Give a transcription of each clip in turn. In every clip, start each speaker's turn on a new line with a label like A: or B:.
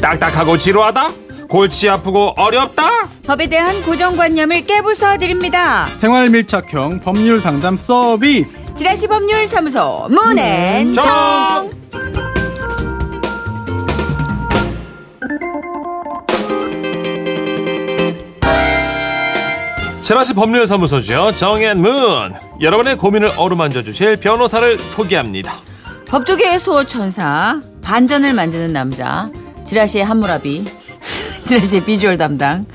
A: 딱딱하고 지루하다? 골치 아프고 어렵다?
B: 법에 대한 고정관념을 깨부숴 드립니다.
C: 생활 밀착형 법률 상담 서비스.
B: 지라시 법률 사무소 문앤정
A: 정! 지라시 법률사무소죠. 정앤문. 여러분의 고민을 어루만져 주실 변호사를 소개합니다.
B: 법조계의 소천사 반전을 만드는 남자 지라시의 한무라비 지라시의 비주얼 담당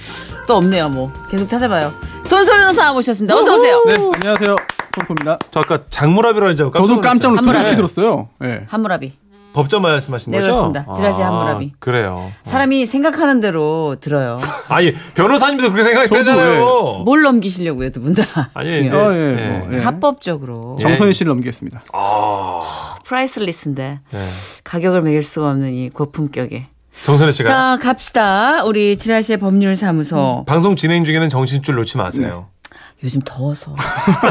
B: 또 없네요 뭐 계속 찾아봐요 손소 변호사 모셨습니다 어서 오세요
C: 네, 안녕하세요. 손소입니다.
A: 저 아까 장무랍이라고 했죠.
C: 저도 깜짝 놀랐어요.
B: 한번
C: 소리
A: 네.
C: 들었어요. 예.
B: 한무라비
A: 법전 말씀하신
B: 네,
A: 거죠?
B: 그렇습니다. 지라시 한무라비.
A: 아, 그래요.
B: 사람이 생각하는 대로 들어요
A: 아니 변호사님도 그렇게 생각했잖아요.
B: 뭘 넘기시려고요 두 분다
A: 어. 아니
B: 지금.
A: 이제
C: 어, 예,
A: 예.
B: 네.
C: 뭐, 예.
B: 합법적으로
A: 예.
C: 정선희 씨를 넘기겠습니다.
B: 프라이슬리스인데
C: 예.
A: 네.
B: 가격을 매길 수가 없는 이 고품격에
A: 정선혜 씨가
B: 자 갑시다 우리 지라시의 법률사무소
A: 방송 진행 중에는 정신줄 놓지 마세요.
B: 요즘 더워서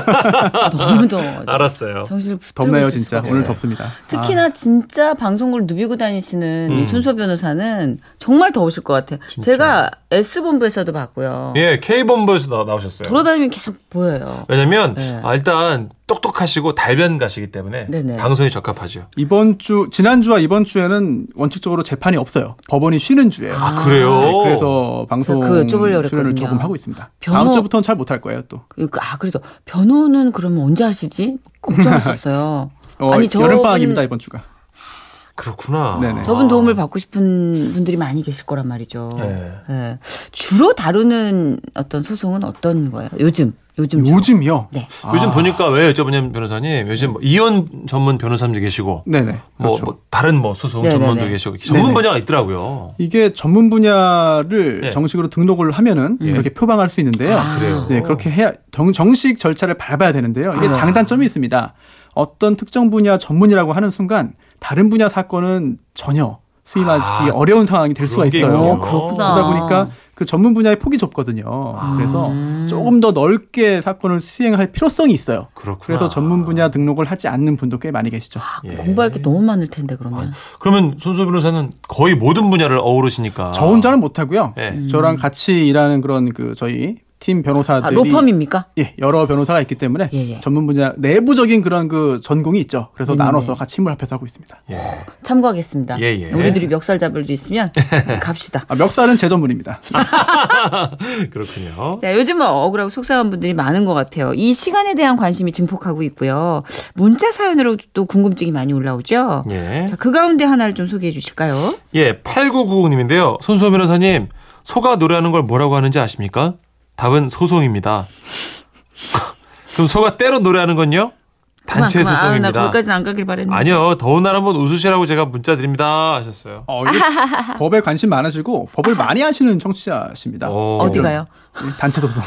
B: 너무
C: 네.
B: 더워
A: 알았어요.
B: 정신을 붙들고
C: 덥네요,
B: 있을
C: 진짜.
B: 수가
C: 오늘
B: 없어요.
C: 덥습니다. 아.
B: 특히나 진짜 방송국을 누비고 다니시는
A: 음.
B: 이 손수호 변호사는 정말 더우실 것 같아요. 제가 S본부에서도 봤고요.
A: 예, K 본부에서 나- 나오셨어요.
B: 돌아다니면 계속 보여요.
A: 왜냐면
B: 네.
A: 아, 일단 똑똑하시고 달변 가시기 때문에
B: 네네.
A: 방송에 적합하죠.
C: 이번 주 지난주와 이번 주에는 원칙적으로 재판이 없어요. 법원이 쉬는 주예요.
A: 아, 그래요.
C: 네, 그래서 방송
B: 그거 여쭤보려고
C: 출연을
B: 그랬거든요.
C: 조금 하고 있습니다.
B: 변호-
C: 다음 주부터는 잘 못 할 거예요, 또.
B: 그러니까 아 그래서 변호는 그러면 언제 하시지? 걱정했었어요.
C: 어,
B: 아니 저분
C: 여름방학입니다, 이번 주가.
A: 그렇구나.
C: 네네.
B: 저분 도움을 받고 싶은 분들이 많이 계실 거란 말이죠.
A: 아. 네.
B: 예. 주로 다루는 어떤 소송은 어떤 거예요? 요즘 요즘 주로.
C: 요즘이요?
B: 네.
A: 요즘
C: 아.
A: 보니까 왜 여쭤보냐면 변호사님 요즘 뭐 이혼 전문 변호사님도 계시고
C: 네네.
A: 뭐,
C: 그렇죠.
A: 뭐 다른 뭐 소송
B: 네네네.
A: 전문도 계시고 전문
C: 네네.
A: 분야가 있더라고요.
C: 이게 전문 분야를
A: 예.
C: 정식으로 등록을 하면은 그렇게 표방할 수 있는데요.
B: 아,
A: 그래요.
C: 네, 그렇게 해야 정, 정식 절차를 밟아야 되는데요. 이게 장단점이 있습니다. 어떤 특정 분야 전문이라고 하는 순간 다른 분야 사건은 전혀 수임하기 어려운 상황이 될 수가
A: 아, 그런 게
C: 있어요.
A: 있군요.
B: 그렇구나.
C: 그러다 보니까 그 전문 분야의 폭이 좁거든요.
A: 아.
C: 그래서 조금 더 넓게 사건을 수행할 필요성이 있어요.
A: 그렇구나.
C: 그래서 전문 분야 등록을 하지 않는 분도 꽤 많이 계시죠.
B: 아,
A: 예.
B: 공부할 게 너무 많을 텐데 그러면.
A: 그러면 손수 변호사는 거의 모든 분야를 어우르시니까.
C: 저 혼자는 못 하고요.
A: 아. 예.
B: 음.
C: 저랑 같이 일하는 그런 그 저희 팀 변호사들이
B: 아, 로펌입니까?
C: 예, 여러 변호사가 있기 때문에
B: 예, 예.
C: 전문 분야 내부적인 그런 그 전공이 있죠. 그래서
B: 네네네.
C: 나눠서 같이 힘을 합해서 하고 있습니다.
A: 예.
B: 참고하겠습니다.
A: 예, 예.
B: 우리들이 멱살 잡을 일 있으면 갑시다.
C: 아, 멱살은 제 전문입니다.
A: 그렇군요.
B: 자, 요즘 뭐 억울하고 속상한 분들이 많은 것 같아요. 이 시간에 대한 관심이 증폭하고 있고요. 문자 사연으로 또 궁금증이 많이 올라오죠.
A: 예.
B: 자, 그 가운데 하나를 좀 소개해 주실까요?
A: 예, 8999님인데요. 손수호 변호사님, 소가 노래하는 걸 뭐라고 하는지 아십니까? 답은 소송입니다. 그럼 소가 때로 노래하는 건요? 단체
B: 그만, 그만. 아, 나
A: 소송입니다.
B: 거기까지는 안 가길 바랬는데.
A: 아니요, 더운 날 한번 웃으시라고 제가 문자 드립니다 하셨어요.
C: 어, 이게 법에 관심 많으시고 법을 많이 하시는 청취자십니다.
A: 오.
B: 어디 가요?
C: 예, 단체 소송.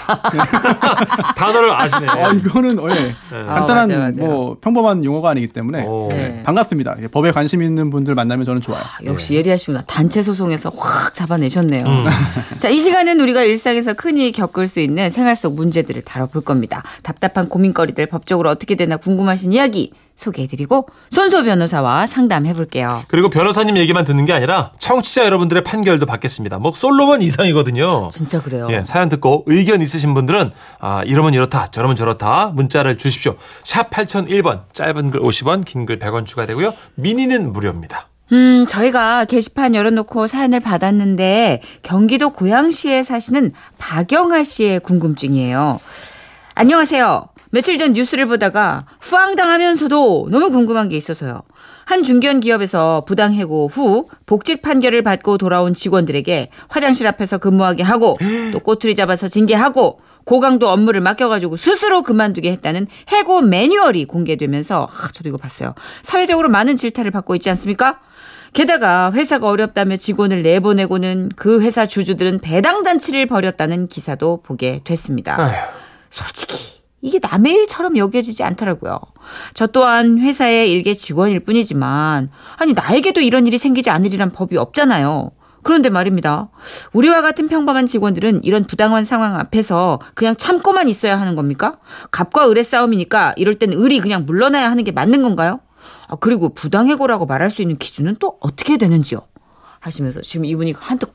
A: 단어를 아시네요.
C: 아, 이거는 어, 예. 간단한
B: 맞아요, 맞아요.
C: 뭐 평범한 용어가 아니기 때문에
A: 오.
B: 네.
C: 반갑습니다. 예, 법에 관심 있는 분들 만나면 저는 좋아요.
B: 아, 역시 예리하시구나. 단체 소송에서 확 잡아내셨네요. 자, 이 시간은 우리가 일상에서 흔히 겪을 수 있는 생활 속 문제들을 다뤄볼 겁니다. 답답한 고민거리들 법적으로 어떻게 되나 궁금하신 이야기 소개해드리고 손소 변호사와 상담해볼게요.
A: 그리고 변호사님 얘기만 듣는 게 아니라 청취자 여러분들의 판결도 받겠습니다. 뭐 솔로몬 이상이거든요.
B: 진짜 그래요.
A: 예, 사연 듣고 의견 있으신 분들은 아, 이러면 이렇다, 저러면 저렇다 문자를 주십시오. 샵 8001번, 짧은 글 50원, 긴 글 100원 추가되고요. 미니는 무료입니다.
B: 음, 저희가 게시판 열어놓고 사연을 받았는데 경기도 고양시에 사시는 박영아 씨의 궁금증이에요. 안녕하세요. 며칠 전 뉴스를 보다가 후앙 당하면서도 너무 궁금한 게 있어서요. 한 중견 기업에서 부당 해고 후 복직 판결을 받고 돌아온 직원들에게 화장실 앞에서 근무하게 하고 또 꼬투리 잡아서 징계하고 고강도 업무를 맡겨가지고 스스로 그만두게 했다는 해고 매뉴얼이 공개되면서 아, 저도 이거 봤어요. 사회적으로 많은 질타를 받고 있지 않습니까? 게다가 회사가 어렵다며 직원을 내보내고는 그 회사 주주들은 배당 잔치를 벌였다는 기사도 보게 됐습니다. 솔직히 이게 남의 일처럼 여겨지지 않더라고요. 저 또한 회사의 일개 직원일 뿐이지만 아니 나에게도 이런 일이 생기지 않으리란 법이 없잖아요. 그런데 말입니다. 우리와 같은 평범한 직원들은 이런 부당한 상황 앞에서 그냥 참고만 있어야 하는 겁니까? 갑과 을의 싸움이니까 이럴 땐 을이 그냥 물러나야 하는 게 맞는 건가요? 아, 그리고 부당해고라고 말할 수 있는 기준은 또 어떻게 되는지요? 하시면서 지금 이분이 한뜩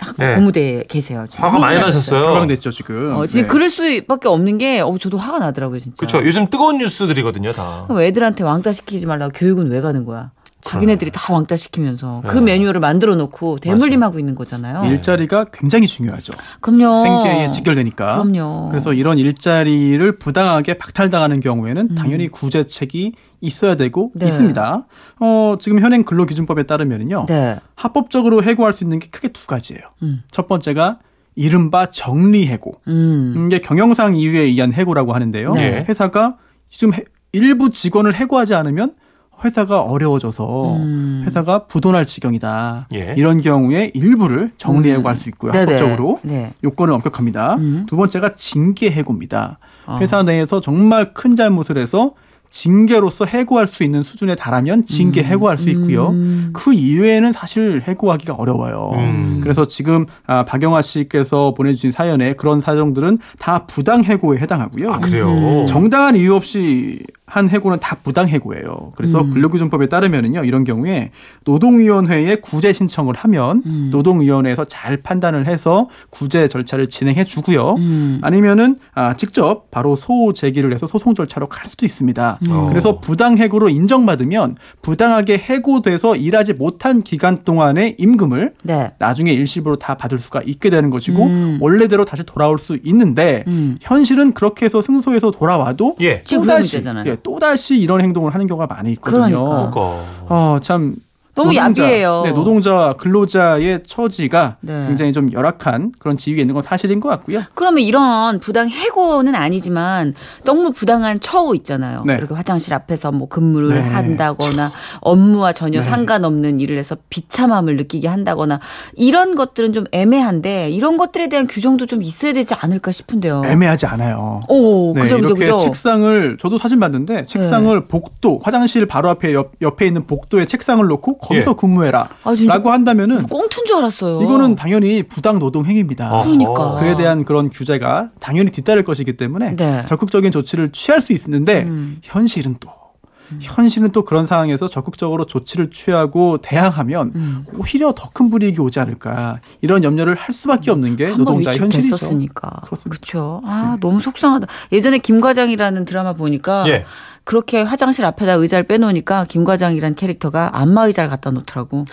B: 학-
A: 네.
B: 고무대에 계세요. 지금.
A: 화가 많이 나셨어요.
C: 결방됐죠 음, 지금.
B: 어, 지금
C: 네.
B: 그럴 수밖에 없는 게 어, 저도 화가 나더라고요 진짜.
A: 그렇죠. 요즘 뜨거운 뉴스들이거든요, 다.
B: 그럼 애들한테 왕따 시키지 말라고 교육은 왜 가는 거야? 자기네들이 다 왕따 시키면서 그
A: 네.
B: 매뉴얼을 만들어 놓고 대물림하고 있는 거잖아요.
C: 일자리가 굉장히 중요하죠.
B: 그럼요.
C: 생계에 직결되니까.
B: 어. 그럼요.
C: 그래서 이런 일자리를 부당하게 박탈당하는 경우에는 당연히 구제책이 있어야 되고
B: 음. 네.
C: 있습니다. 어, 지금 현행 근로기준법에 따르면요.
B: 네.
C: 합법적으로 해고할 수 있는 게 크게 두 가지예요.
B: 음.
C: 첫 번째가 이른바 정리해고.
B: 음.
C: 음, 이게 경영상 이유에 의한 해고라고 하는데요.
A: 네.
C: 회사가 지금 해- 일부 직원을 해고하지 않으면 회사가 어려워져서
B: 음.
C: 회사가 부도날 지경이다.
A: 예.
C: 이런 경우에 일부를 정리해고할 수 있고요.
B: 음. 네네.
C: 합법적으로.
B: 네.
C: 요건은 엄격합니다.
B: 음.
C: 두 번째가 징계 해고입니다.
B: 어.
C: 회사 내에서 정말 큰 잘못을 해서 징계로서 해고할 수 있는 수준에 달하면 징계 해고할 수 있고요.
B: 음.
C: 그 이외에는 사실 해고하기가 어려워요.
A: 음.
C: 그래서 지금 아, 박영아 씨께서 보내주신 사연에 그런 사정들은 다 부당 해고에 해당하고요.
A: 아, 그래요.
B: 음.
C: 정당한 이유 없이 한 해고는 다 부당 해고예요. 그래서
B: 음.
C: 근로기준법에 따르면은요 이런 경우에 노동위원회에 구제 신청을 하면
B: 음.
C: 노동위원회에서 잘 판단을 해서 구제 절차를 진행해 주고요.
B: 음.
C: 아니면은 아, 직접 바로 소 제기를 해서 소송 절차로 갈 수도 있습니다.
B: 음.
A: 어.
C: 그래서 부당 해고로 인정받으면 부당하게 해고돼서 일하지 못한 기간 동안의 임금을
B: 네.
C: 나중에 일시불로 다 받을 수가 있게 되는 것이고
B: 음.
C: 원래대로 다시 돌아올 수 있는데
B: 음.
C: 현실은 그렇게 해서 승소해서 돌아와도
A: 예.
B: 지금 그런
C: 또다시
B: 문제잖아요.
C: 예, 또다시 이런 행동을 하는 경우가 많이 있거든요.
B: 그러니까.
A: 거.
C: 어, 참
B: 너무
C: 노동자,
B: 야비해요.
C: 네, 노동자 근로자의 처지가
B: 네.
C: 굉장히 좀 열악한 그런 지위에 있는 건 사실인 것 같고요.
B: 그러면 이런 부당 해고는 아니지만 너무 부당한 처우 있잖아요.
C: 네.
B: 이렇게 화장실 앞에서 뭐 근무를
C: 네.
B: 한다거나 업무와 전혀 상관없는 일을 해서 비참함을 느끼게 한다거나 이런 것들은 좀 애매한데 이런 것들에 대한 규정도 좀 있어야 되지 않을까 싶은데요.
C: 애매하지 않아요.
B: 오,
C: 네,
B: 어. 그죠, 그죠, 네.
C: 이렇게
B: 그죠.
C: 책상을 저도 사진 봤는데 책상을 복도 화장실 바로 앞에 옆, 옆에 있는 복도에 책상을 놓고 거기서
A: 예.
B: 아, 진짜.
C: 근무해라라고 한다면은
B: 꽁트인 줄 알았어요.
C: 이거는 당연히 부당 노동 행위입니다.
A: 어.
B: 그러니까.
C: 그에 대한 그런 규제가 당연히 뒤따를 것이기 때문에
B: 네.
C: 적극적인 조치를 취할 수 있는데
B: 음.
C: 현실은 또 현실은 또 그런 상황에서 적극적으로 조치를 취하고 대항하면
B: 음.
C: 오히려 더 큰 불이익이 오지 않을까 이런 염려를 할 수밖에 없는 게
B: 음. 한번
C: 노동자의 현실이죠.
B: 위축됐었으니까.
C: 그렇습니다. 네.
B: 그렇죠. 아 너무 속상하다. 예전에 김 과장이라는 드라마 보니까
A: 예.
B: 그렇게 화장실 앞에다 의자를 빼놓으니까 김 과장이란 캐릭터가 안마 의자를 갖다 놓더라고.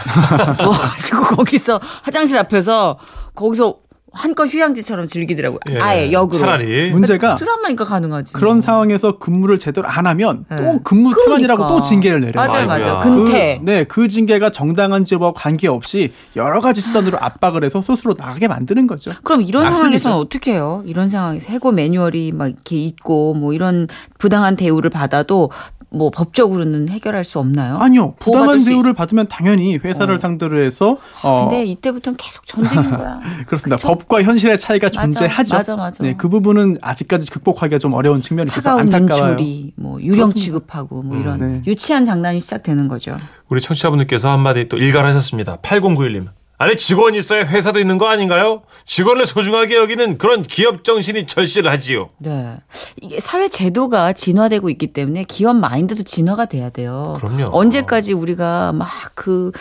B: 누워가지고 거기서 화장실 앞에서 거기서 한껏 휴양지처럼 즐기더라고.
A: 예.
B: 아예 역으로.
A: 차라리.
C: 문제가
B: 드라마니까 가능하지.
C: 그런 상황에서 근무를 제대로 안 하면
B: 음. 네.
C: 또 근무
B: 그러니까.
C: 태만이라고 또 징계를 내려요.
B: 맞아요, 맞아요.
A: 아이고야.
B: 근태.
C: 그, 네, 그 징계가 정당한지와 관계없이 여러 가지 수단으로 압박을 해서 스스로 나가게 만드는 거죠.
B: 그럼 이런
C: 낙승이죠.
B: 상황에서는 어떻게 해요? 이런 상황에서 해고 매뉴얼이 막 이렇게 있고 뭐 이런 부당한 대우를 받아도 뭐 법적으로는 해결할 수 없나요?
C: 아니요,
B: 보호받을
C: 부당한
B: 수
C: 대우를 받으면 당연히 회사를
B: 어.
C: 상대로 해서 어,
B: 근데 이때부터는 계속 전쟁인 거야.
C: 그렇습니다.
B: 그쵸?
C: 법과 현실의 차이가
B: 맞아,
C: 존재하죠.
B: 맞아, 맞아.
C: 네, 그 부분은 아직까지 극복하기가 좀 어려운 측면이 있어서
B: 차가운
C: 안타까워요.
B: 눈초리, 뭐 유령
C: 그렇습니다.
B: 취급하고 뭐 이런
C: 네.
B: 유치한 장난이 시작되는 거죠.
A: 우리 청취자분들께서 한마디 또 일갈하셨습니다. 8091님. 아니 직원이 있어야 회사도 있는 거 아닌가요? 직원을 소중하게 여기는 그런 기업 정신이 절실하지요.
B: 네. 이게 사회 제도가 진화되고 있기 때문에 기업 마인드도 진화가 돼야 돼요.
A: 그럼요.
B: 언제까지 우리가 막 그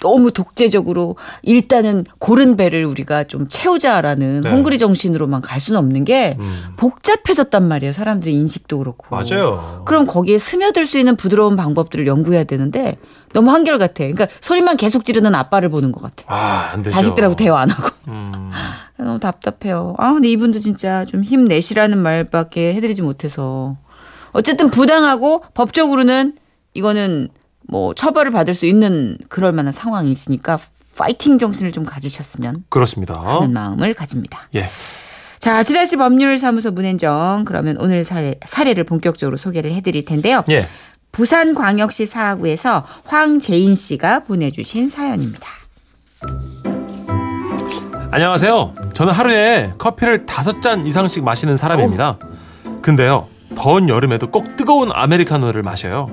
B: 너무 독재적으로 일단은 고른 배를 우리가 좀 채우자라는
A: 네.
B: 헝그리 정신으로만 갈 수는 없는 게
A: 음.
B: 복잡해졌단 말이에요. 사람들의 인식도 그렇고.
A: 맞아요.
B: 그럼 거기에 스며들 수 있는 부드러운 방법들을 연구해야 되는데 너무 한결같아. 그러니까 소리만 계속 지르는 아빠를 보는 것 같아.
A: 아, 안 되죠.
B: 자식들하고 대화 안 하고.
A: 음.
B: 너무 답답해요. 아, 근데 이분도 진짜 좀 힘내시라는 말밖에 해드리지 못해서. 어쨌든 부당하고 법적으로는 이거는 뭐 처벌을 받을 수 있는 그럴 만한 상황이 있으니까 파이팅 정신을 좀 가지셨으면
A: 그렇습니다.
B: 하는 마음을 가집니다.
A: 예.
B: 자, 지라시 법률사무소 문현정. 그러면 오늘 사례, 사례를 본격적으로 소개를 해드릴 텐데요.
A: 예.
B: 부산광역시 사하구에서 황재인 씨가 보내주신 사연입니다.
A: 안녕하세요. 저는 하루에 커피를 다섯 잔 이상씩 마시는 사람입니다. 근데요, 더운 여름에도 꼭 뜨거운 아메리카노를 마셔요.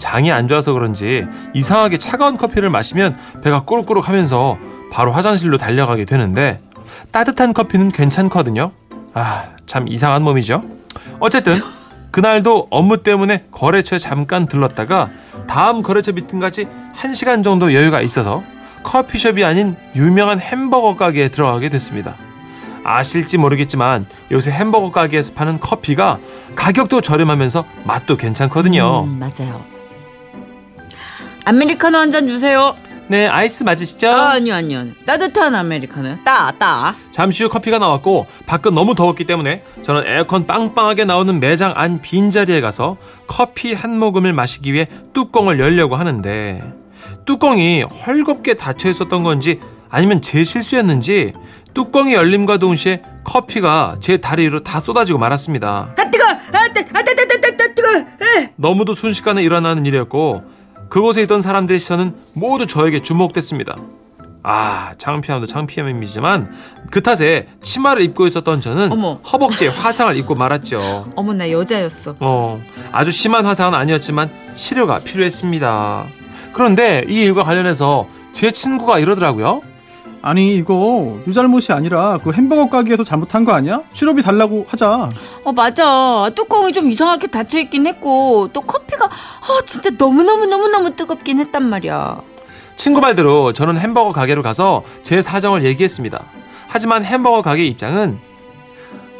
A: 장이 안 좋아서 그런지 이상하게 차가운 커피를 마시면 배가 꾸룩꾸룩 하면서 바로 화장실로 달려가게 되는데 따뜻한 커피는 괜찮거든요. 아, 참 이상한 몸이죠. 어쨌든 그날도 업무 때문에 거래처에 잠깐 들렀다가 다음 거래처 미팅까지 한시간 정도 여유가 있어서 커피숍이 아닌 유명한 햄버거 가게에 들어가게 됐습니다. 아실지 모르겠지만 요새 햄버거 가게에서 파는 커피가 가격도 저렴하면서 맛도 괜찮거든요.
B: 음, 맞아요. 아메리카노 한 잔 주세요.
A: 네, 아이스 맞으시죠?
B: 아, 아니요, 아니요. 따뜻한 아메리카노요. 따, 따.
A: 잠시 후 커피가 나왔고 밖은 너무 더웠기 때문에 저는 에어컨 빵빵하게 나오는 매장 안 빈자리에 가서 커피 한 모금을 마시기 위해 뚜껑을 열려고 하는데 뚜껑이 헐겁게 닫혀 있었던 건지 아니면 제 실수였는지 뚜껑이 열림과 동시에 커피가 제 다리 위로 다 쏟아지고 말았습니다.
B: 아, 뜨거! 아, 뜨, 아, 뜨, 뜨, 뜨, 뜨, 뜨, 뜨거! 에!
A: 너무도 순식간에 일어나는 일이었고 그곳에 있던 사람들의 시선은 모두 저에게 주목됐습니다. 아 창피함도 창피함이지만 그 탓에 치마를 입고 있었던 저는
B: 어머.
A: 허벅지에 화상을 입고 말았죠.
B: 어머, 나 여자였어.
A: 어 아주 심한 화상은 아니었지만 치료가 필요했습니다. 그런데 이 일과 관련해서 제 친구가 이러더라고요.
C: 아니 이거 네 잘못이 아니라 그 햄버거 가게에서 잘못한 거 아니야? 치료비 달라고 하자.
B: 어, 맞아. 뚜껑이 좀 이상하게 닫혀있긴 했고, 또 커피가, 아, 진짜 너무너무너무너무 뜨겁긴 했단 말이야.
A: 친구 말대로 저는 햄버거 가게로 가서 제 사정을 얘기했습니다. 하지만 햄버거 가게 입장은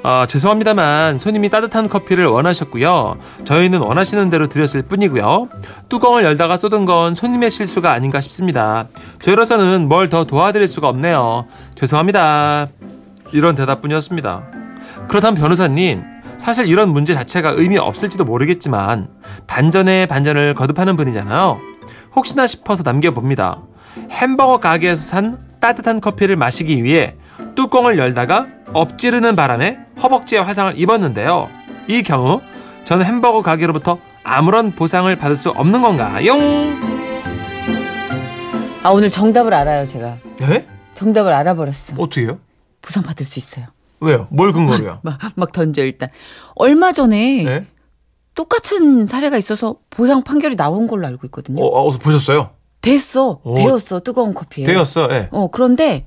A: 아, 죄송합니다만 손님이 따뜻한 커피를 원하셨고요. 저희는 원하시는 대로 드렸을 뿐이고요. 뚜껑을 열다가 쏟은 건 손님의 실수가 아닌가 싶습니다. 저희로서는 뭘 더 도와드릴 수가 없네요. 죄송합니다. 이런 대답뿐이었습니다. 그렇다면 변호사님, 사실 이런 문제 자체가 의미 없을지도 모르겠지만 반전에 반전을 거듭하는 분이잖아요. 혹시나 싶어서 남겨봅니다. 햄버거 가게에서 산 따뜻한 커피를 마시기 위해 뚜껑을 열다가 엎지르는 바람에 허벅지에 화상을 입었는데요. 이 경우 저는 햄버거 가게로부터 아무런 보상을 받을 수 없는 건가요?
B: 아, 오늘 정답을 알아요, 제가.
A: 예?
B: 정답을 알아버렸어.
A: 어떻게요?
B: 부상받을 수 있어요.
A: 왜요? 뭘 근거로요?
B: 막, 막 던져, 일단. 얼마 전에
A: 예?
B: 똑같은 사례가 있어서 보상 판결이 나온 걸로 알고 있거든요.
A: 어, 어 보셨어요?
B: 됐어.
A: 오.
B: 되었어. 뜨거운 커피에.
A: 되었어. 예.
B: 어, 그런데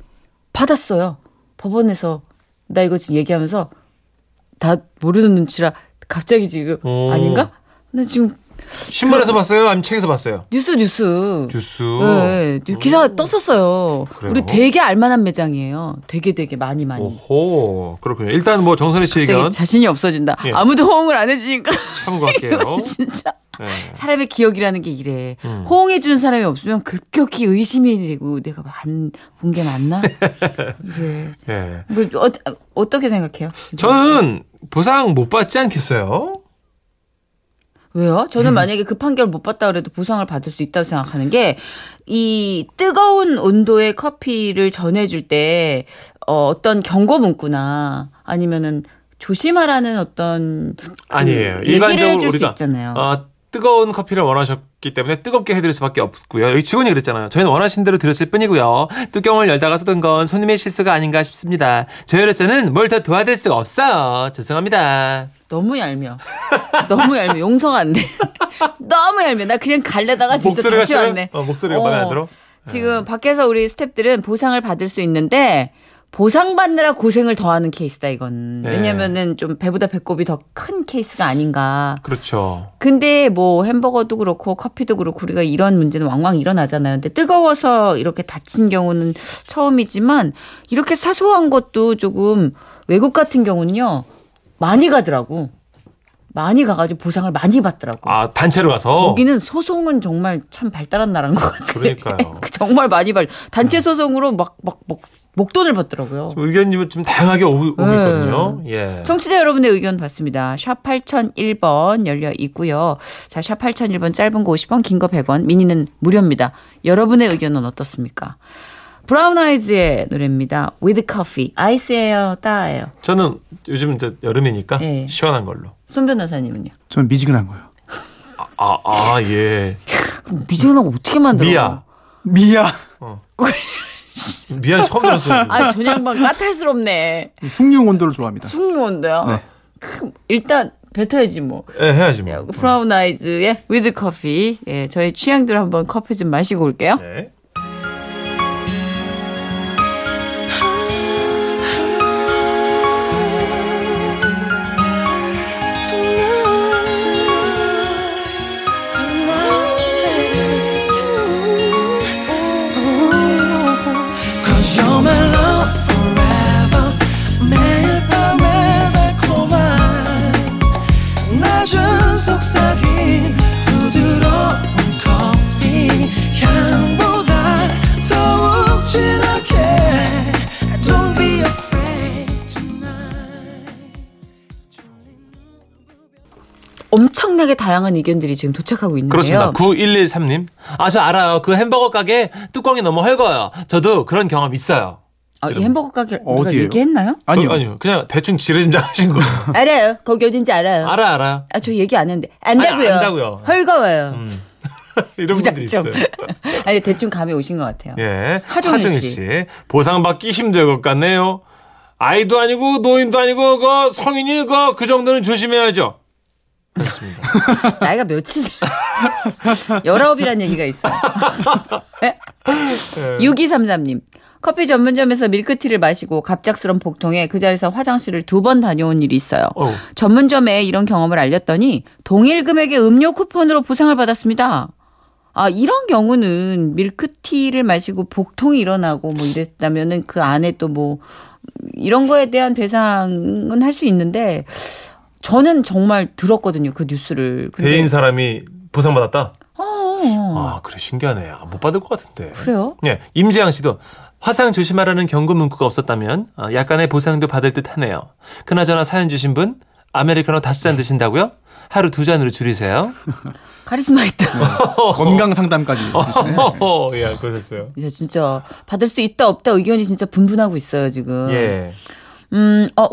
B: 받았어요. 법원에서 나 이거 지금 얘기하면서 다 모르는 눈치라 갑자기 지금
A: 오.
B: 아닌가? 나 지금
A: 신문에서 봤어요? 아니면 책에서 봤어요?
B: 뉴스 뉴스.
A: 뉴스. 음.
B: 예, 예. 기사 떴었어요.
A: 그래요? 어,
B: 우리 되게 알만한 매장이에요. 되게 되게 많이 많이.
A: 오호 그렇군요. 일단 뭐 정선희 씨
B: 네. 갑자기
A: 의견
B: 자신이 없어진다.
A: 예.
B: 아무도 호응을 안 해주니까
A: 참고할게요.
B: 진짜
A: 예.
B: 사람의 기억이라는 게 이래.
A: 음.
B: 호응해 주는 사람이 없으면 급격히 의심이 되고 내가 안본 게 맞나? 이제
A: 예.
B: 뭐 어, 어떻게 생각해요?
A: 저는 보상 못 받지 않겠어요?
B: 왜요? 저는 만약에 그 판결 못 받다 그래도 보상을 받을 수 있다고 생각하는 게 이 뜨거운 온도의 커피를 전해줄 때 어, 어떤 경고 문구나 아니면은 조심하라는 어떤 그
A: 아니에요.
B: 얘기를
A: 일반적으로
B: 해줄 수
A: 우리가
B: 있잖아요.
A: 아, 뜨거운 커피를 원하셨기 때문에 뜨겁게 해드릴 수밖에 없고요. 여기 직원이 그랬잖아요. 저희는 원하신 대로 드렸을 뿐이고요. 뚜껑을 열다가 쏟은 건 손님의 실수가 아닌가 싶습니다. 저희로서는 뭘 더 도와드릴 수가 없어요. 죄송합니다.
B: 너무 얄미워. 너무 얄미워. 용서가 안 돼. 너무 얄미워. 나 그냥 갈래다가 진짜 다시
A: 싫어요?
B: 왔네.
A: 어, 목소리가 마음에 안
B: 어.
A: 들어? 네.
B: 지금 밖에서 우리 스탭들은 보상을 받을 수 있는데 보상받느라 고생을 더하는 케이스다 이건.
A: 예.
B: 왜냐면은 좀 배보다 배꼽이 더 큰 케이스가 아닌가.
A: 그렇죠.
B: 근데 뭐 햄버거도 그렇고 커피도 그렇고 우리가 이런 문제는 왕왕 일어나잖아요. 근데 뜨거워서 이렇게 다친 경우는 처음이지만 이렇게 사소한 것도 조금 외국 같은 경우는요. 많이 가더라고. 많이 가가지고 보상을 많이 받더라고.
A: 아, 단체로 가서.
B: 거기는 소송은 정말 참 발달한 나라인 것 같아요.
A: 그러니까요.
B: 정말 많이 발 단체 소송으로 막 막 막 목돈을 받더라고요.
A: 좀 의견이 좀 다양하게 오고 오고
B: 음.
A: 있거든요. 예.
B: 청취자 여러분의 의견 받습니다. 샵 8001번 열려 있고요. 자, 샵 8001번 짧은 거 50원, 긴 거 100원, 미니는 무료입니다. 여러분의 의견은 어떻습니까? 브라운 아이즈의 노래입니다. With coffee. 아이스예요, 따예요.
A: 저는 요즘 이제 여름이니까
B: 예.
A: 시원한 걸로.
B: 손 변호사님은요?
C: 좀 미지근한 거요.
A: 아, 아, 예.
B: 미지근하고 어떻게 만들어?
A: 미야.
C: 미야.
A: 미안, 처음 들었어요.
B: 아, 전양반 까탈스럽네.
C: 숭늉 온도를 좋아합니다.
B: 숙모인데요.
C: 네.
B: 크, 일단 뱉어야지 뭐.
A: 예, 해야지 뭐.
B: 브라운 아이즈의 위드 커피. 예, 저희 취향대로 한번 커피 좀 마시고 올게요.
A: 네.
D: Tonight, tonight,
B: 엄청나게 다양한 의견들이 지금 도착하고 있는데요.
A: 그렇습니다. 9113님. 아, 저 알아요. 그 햄버거 가게 뚜껑이 너무 헐거워요. 저도 그런 경험 있어요.
B: 아, 이 햄버거 가게 우리가
C: 어디예요?
B: 얘기했나요?
C: 아니요.
A: 어, 아니요. 그냥 대충 지르짐작 하신 거예요.
B: 알아요. 거기 어딘지 알아요.
A: 알아, 알아요.
B: 아, 저 얘기 안 했는데.
A: 아니,
B: 안다고요.
A: 안다고요.
B: 헐거워요.
A: 음. 이런 분들이 있어요.
B: 부작정. 아니, 대충 감이 오신 것 같아요.
A: 예.
B: 하정일 씨.
A: 보상받기 힘들 것 같네요. 아이도 아니고 노인도 아니고 그 성인이 그, 그 정도는 조심해야죠. 그렇습니다.
B: 나이가 몇이지? 열아홉이란 얘기가 있어.
A: 예.
B: 6233님. 커피 전문점에서 밀크티를 마시고 갑작스런 복통에 그 자리에서 화장실을 두 번 다녀온 일이 있어요.
A: 어우.
B: 전문점에 이런 경험을 알렸더니 동일 금액의 음료 쿠폰으로 보상을 받았습니다. 아, 이런 경우는 밀크티를 마시고 복통이 일어나고 뭐 이랬다면은 그 안에 또 뭐 이런 거에 대한 배상은 할 수 있는데 저는 정말 들었거든요. 그 뉴스를. 근데-
A: 대인 사람이 보상받았다?
B: 어, 어.
A: 아, 그래, 신기하네. 아, 못 받을 것 같은데.
B: 그래요?
A: 예, 임재양 씨도 화상 조심하라는 경고 문구가 없었다면 어, 약간의 보상도 받을 듯 하네요. 그나저나 사연 주신 분, 아메리카노 다섯 잔 드신다고요? 하루 두 잔으로 줄이세요.
B: 카리스마 있다.
C: 건강 상담까지
A: 어,
C: 주시네.
A: 허허, 예, 그러셨어요.
B: 야, 진짜 받을 수 있다 없다 의견이 진짜 분분하고 있어요, 지금.
A: 예.
B: 음, 어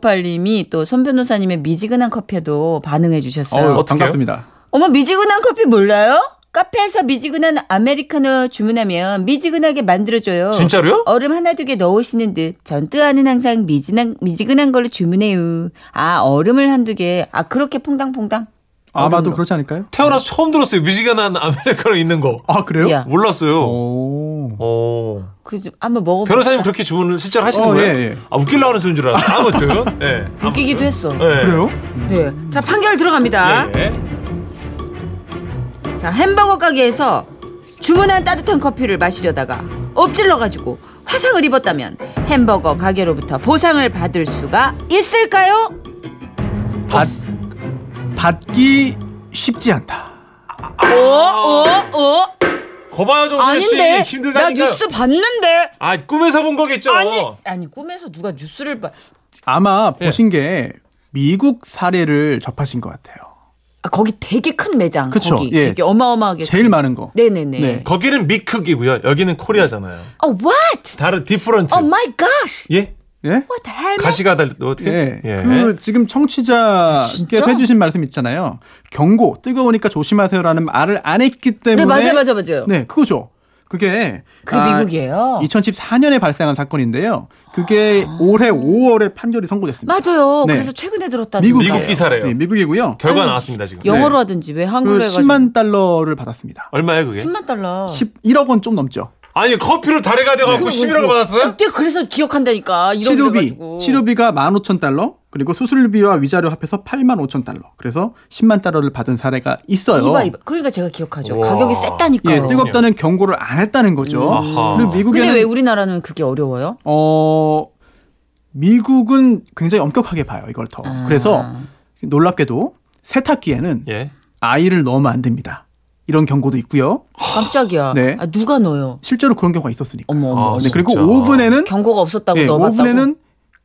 B: 5758님이 또 손 변호사님의 미지근한 커피에도 반응해 주셨어요.
C: 어우,
A: 어떡해요?
C: 반갑습니다.
B: 어머, 미지근한 커피 몰라요? 카페에서 미지근한 아메리카노 주문하면 미지근하게 만들어줘요.
A: 진짜로요?
B: 얼음 하나 두 개 넣으시는 듯. 전 뜨아는 항상 미지근한, 미지근한 걸로 주문해요. 아, 얼음을 한두 개. 아, 그렇게 퐁당퐁당?
C: 아마도
B: 얼음으로.
C: 그렇지 않을까요?
A: 태어나서 처음 들었어요. 뮤지가난 아메리카노 있는 거.
C: 아 그래요?
B: 야.
A: 몰랐어요.
C: 오.
A: 어.
B: 그, 좀 한번 먹어봐.
A: 변호사님 그렇게 주문을 실제로 하시는
C: 어,
A: 거예요?
C: 예, 예.
A: 아, 웃기려고 하는 소리인 줄 알았어요. 아무튼. 예. 아무튼.
B: 웃기기도 했어.
A: 예.
C: 그래요?
B: 네. 자, 판결 들어갑니다.
A: 예, 예.
B: 자 햄버거 가게에서 주문한 따뜻한 커피를 마시려다가 엎질러가지고 화상을 입었다면 햄버거 가게로부터 보상을 받을 수가 있을까요?
C: 받 받기 쉽지 않다.
B: 오, 오,
C: 어,
B: 오.
A: 거봐요, 정수 씨.
B: 어? 아닌데. 나
A: 힘들다니까.
B: 뉴스 봤는데.
A: 아, 꿈에서 본 거겠죠.
C: 어.
B: 아니, 아니 꿈에서 누가 뉴스를 봐?
C: 아마
A: 예.
C: 보신 게 미국 사례를 접하신 것 같아요.
B: 아, 거기 되게 큰 매장.
C: 그쵸,
B: 거기
C: 예.
B: 되게 어마어마하게. 그
C: 제일 많은 거.
B: 네네네.
C: 네.
A: 거기는 미크이고요. 여기는 코리아잖아요.
B: Oh what?
A: 다른 디퍼런트.
B: Oh my gosh.
A: 예?
C: 예?
B: What the hell? man?
A: 가시가 달 어떻게?
C: 예.
A: 예.
C: 그 지금 청취자께서
B: 진짜?
C: 해주신 말씀 있잖아요. 경고, 뜨거우니까 조심하세요라는 말을 안 했기 때문에.
B: 네 맞아요 맞아요 맞아요.
C: 네, 아, 그거죠. 그게
B: 그게 미국이에요?
C: 2014년에 발생한 사건인데요. 그게
B: 아.
C: 올해 5월에 판결이 선고됐습니다.
B: 맞아요.
C: 네.
B: 그래서 최근에 들었다는
C: 미국
A: 미국
B: 거예요.
A: 기사래요.
C: 네, 미국이고요.
A: 결과
B: 아니,
A: 나왔습니다, 지금. 네.
C: 영-
B: 영어로
C: 네.
B: 하든지 왜 한글로
C: 그
B: 해가지고 어.
C: 10만 달러를 받았습니다.
A: 얼마예요, 그게?
B: 10만 달러.
C: 11억 원 좀 넘죠.
A: 아니, 커피로 다래가 돼 갖고 11억 받았어요?
B: 아, 네, 그때 그래서 기억한다니까. 이런
C: 치료비
B: 그래가지고.
C: 치료비가 15,000달러 그리고 수술비와 위자료 합해서 85,000달러 그래서 10만 달러를 받은 사례가 있어요.
B: 이봐 이봐. 그러니까 제가 기억하죠.
A: 우와.
B: 가격이 셌다니까요.
C: 예, 뜨겁다는 경고를 안 했다는 거죠.
A: 음. 아하.
B: 근데
C: 그리고
B: 왜
C: 미국에는
B: 우리나라는 그게 어려워요?
C: 어 미국은 굉장히 엄격하게 봐요 이걸 더.
B: 아.
C: 그래서 놀랍게도 세탁기에는
A: 예.
C: 아이를 넣으면 안 됩니다. 이런 경고도 있고요.
B: 깜짝이야.
C: 네.
B: 아, 누가 넣어요? 실제로
C: 그런 경우가 있었으니까.
B: 어머 어머.
A: 아,
C: 네, 그리고
A: 진짜.
C: 오븐에는
B: 경고가 없었다고
C: 예,
B: 넣어봤다고. 음, 그렇죠.
C: 오븐에는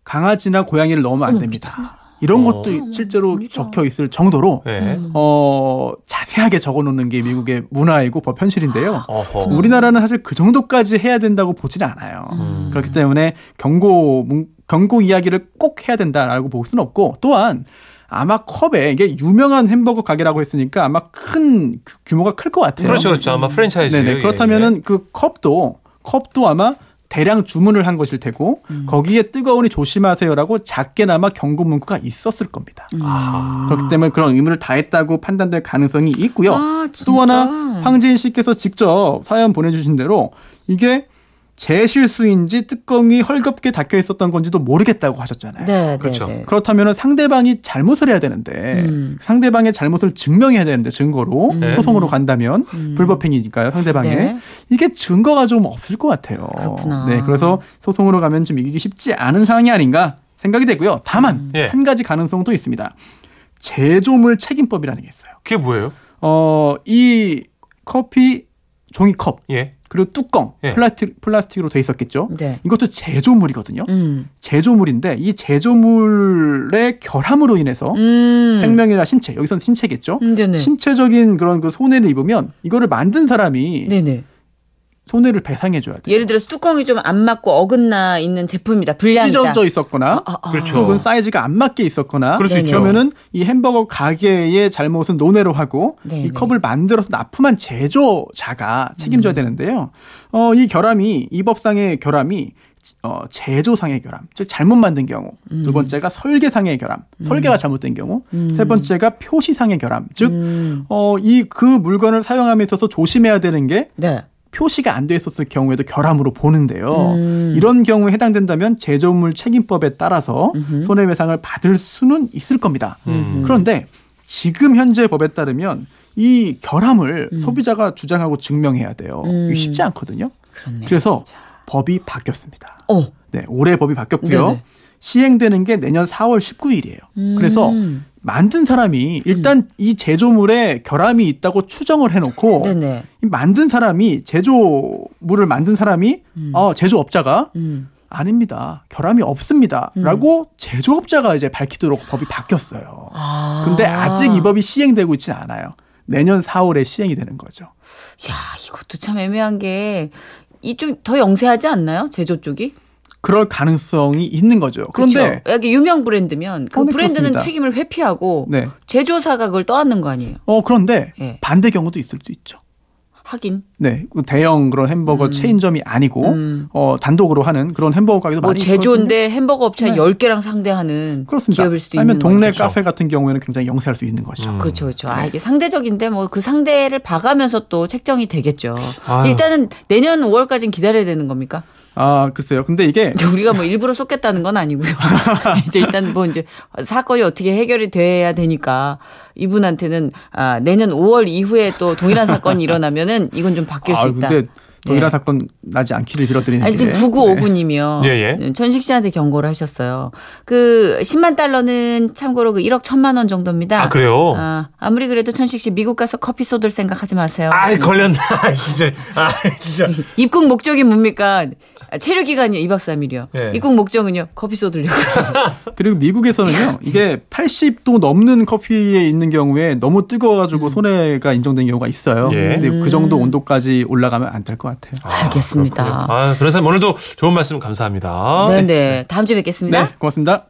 C: 강아지나 고양이를 넣으면 안 됩니다. 이런
A: 어.
C: 것도 실제로
B: 진짜.
C: 적혀 있을 정도로
A: 예.
B: 음.
C: 어, 자세하게 적어놓는 게 미국의 문화이고 법
B: 아,
C: 현실인데요.
B: 음.
A: 어허.
C: 우리나라는 사실 그 정도까지 해야 된다고 보지는 않아요.
A: 음.
C: 그렇기 때문에 경고 문- 경고 이야기를 꼭 해야 된다라고 볼 수는 없고 또한 아마 컵에 이게 유명한 햄버거 가게라고 했으니까 아마 큰 규- 규모가 클 것 같아요.
A: 그렇죠, 그렇죠. 아마 프랜차이즈.
C: 네네.
A: 예,
C: 그렇다면은 그 컵도 컵도 아마 대량 주문을 한 것일 테고
B: 음.
C: 거기에 뜨거우니 조심하세요라고 작게나마 경고 문구가 있었을 겁니다.
B: 음.
A: 예. 아하.
C: 그렇기 때문에 그런 의무를 다했다고 판단될 가능성이 있고요.
B: 아, 진짜?
C: 또 하나 황재인 씨께서 직접 사연 보내주신 대로 이게 제 실수인지 뚜껑이 헐겁게 닫혀 있었던 건지도 모르겠다고 하셨잖아요.
B: 네,
A: 그렇죠.
B: 네, 네.
C: 그렇다면 상대방이 잘못을 해야 되는데
B: 음.
C: 상대방의 잘못을 증명해야 되는데 증거로
A: 네.
C: 소송으로 간다면
B: 음.
C: 불법행위니까요 상대방의
B: 네.
C: 이게 증거가 좀 없을 것 같아요.
B: 그렇구나.
C: 네, 그래서 소송으로 가면 좀 이기기 쉽지 않은 상황이 아닌가 생각이 되고요. 다만
B: 음.
A: 예.
C: 한 가지 가능성도 있습니다. 제조물 책임법이라는 게 있어요.
A: 그게 뭐예요?
C: 어, 이 커피 종이컵
A: 예.
C: 그리고 뚜껑
A: 예.
C: 플라스틱 플라스틱으로 돼 있었겠죠.
B: 네.
C: 이것도 제조물이거든요.
B: 음.
C: 제조물인데 이 제조물의 결함으로 인해서
B: 음.
C: 생명이나 신체 여기선 신체겠죠.
B: 음, 네네.
C: 신체적인 그런 그 손해를 입으면 이거를 만든 사람이
B: 네네.
C: 손해를 배상해줘야 돼요.
B: 예를 들어서 뚜껑이 좀 안 맞고 어긋나 있는 제품이다. 불량이다.
C: 찢어져 있었거나
B: 아, 아.
A: 그렇죠.
C: 혹은 사이즈가 안 맞게 있었거나
A: 그럴 수
B: 네네. 있죠.
C: 그러면은 이 햄버거 가게의 잘못은 논외로 하고
B: 네네.
C: 이 컵을 만들어서 납품한 제조자가
B: 음.
C: 책임져야 되는데요. 어, 이 결함이 이 법상의 결함이 어, 제조상의 결함, 즉 잘못 만든 경우.
B: 음.
C: 두 번째가 설계상의 결함, 설계가 잘못된 경우. 세 번째가 표시상의 결함, 즉
B: 음.
C: 어, 이 그 물건을 사용함에 있어서 조심해야 되는 게
B: 네.
C: 표시가 안 돼 있었을 경우에도 결함으로 보는데요.
B: 음.
C: 이런 경우에 해당된다면 제조물 책임법에 따라서 손해배상을 받을 수는 있을 겁니다.
A: 음.
C: 그런데 지금 현재 법에 따르면 이 결함을 소비자가 주장하고 증명해야 돼요.
B: 음.
C: 이게 쉽지 않거든요.
B: 그렇네.
C: 그래서 법이 바뀌었습니다.
B: 어.
C: 네, 올해 법이 바뀌었고요.
B: 네네.
C: 시행되는 게 내년 4월 19일이에요. 그래서
B: 음.
C: 만든 사람이 일단 이 제조물에 결함이 있다고 추정을 해놓고
B: 네네.
C: 이 만든 사람이 제조물을 만든 사람이 어, 제조업자가
B: 음.
C: 아닙니다. 결함이 없습니다라고 제조업자가 이제 밝히도록 법이 바뀌었어요.
B: 아.
C: 근데 아직 이 법이 시행되고 있지는 않아요. 내년 4월에 시행이 되는 거죠.
B: 야, 이것도 참 애매한 게. 이 좀 더 영세하지 않나요? 제조 쪽이?
C: 그럴 가능성이 있는 거죠. 그런데
B: 그렇죠? 이게 유명 브랜드면 그
C: 어, 네,
B: 브랜드는
C: 그렇습니다.
B: 책임을 회피하고
C: 네.
B: 제조사가 그걸 떠안는 거 아니에요?
C: 어 그런데
B: 예.
C: 반대 경우도 있을 수 있죠.
B: 하긴
C: 네, 대형 그런 햄버거 체인점이 아니고
B: 음.
C: 어, 단독으로 하는 그런 햄버거 가게도
B: 뭐
C: 많이 있거든요.
B: 제조인데 햄버거 업체 한
C: 네.
B: 10개랑 상대하는
C: 그렇습니다.
B: 기업일 수도
C: 아니면
B: 있는
C: 동네
B: 거죠.
C: 카페 같은 경우에는 굉장히 영세할 수 있는 거죠.
A: 음.
B: 그렇죠, 그렇죠.
C: 네.
B: 아, 이게 상대적인데 뭐 그 상대를 봐가면서 또 책정이 되겠죠.
A: 아유.
B: 일단은 내년 5월까지는 기다려야 되는 겁니까?
C: 아 글쎄요. 근데 이게
B: 근데 우리가 뭐 일부러 쏟겠다는 건 아니고요. 이제 일단 뭐 이제 사건이 어떻게 해결이 돼야 되니까 이분한테는 아, 내년 5월 이후에 또 동일한 사건이 일어나면은 이건 좀 바뀔 수
C: 아
B: 있다.
C: 근데 동일한
B: 네.
C: 사건 나지 않기를 빌어드리는
B: 아니, 지금
C: 게.
B: 9959님이요.
A: 예, 예.
B: 천식 씨한테 경고를 하셨어요. 그 10만 달러는 참고로 그 1억 1천만 원 정도입니다.
A: 아, 그래요?
B: 무리 그래도 천식 씨 미국 가서 커피 쏟을 생각 하지 마세요.
A: 아이 걸렸나 진짜 아 진짜
B: 입국 목적이 뭡니까? 아, 체류 기간이요. 2박 3일이요.
A: 예.
B: 입국 목적은요. 커피 쏟으려고.
C: 그리고 미국에서는요, 이게 80도 넘는 커피에 있는 경우에 너무 뜨거워가지고
B: 음.
C: 손해가 인정된 경우가 있어요.
A: 예.
C: 근데 그 정도 온도까지 올라가면 안 될 것 같아요.
B: 알겠습니다.
A: 그렇군요. 아, 변호사님 오늘도 좋은 말씀 감사합니다.
B: 네, 네. 다음 주에 뵙겠습니다.
C: 네, 고맙습니다.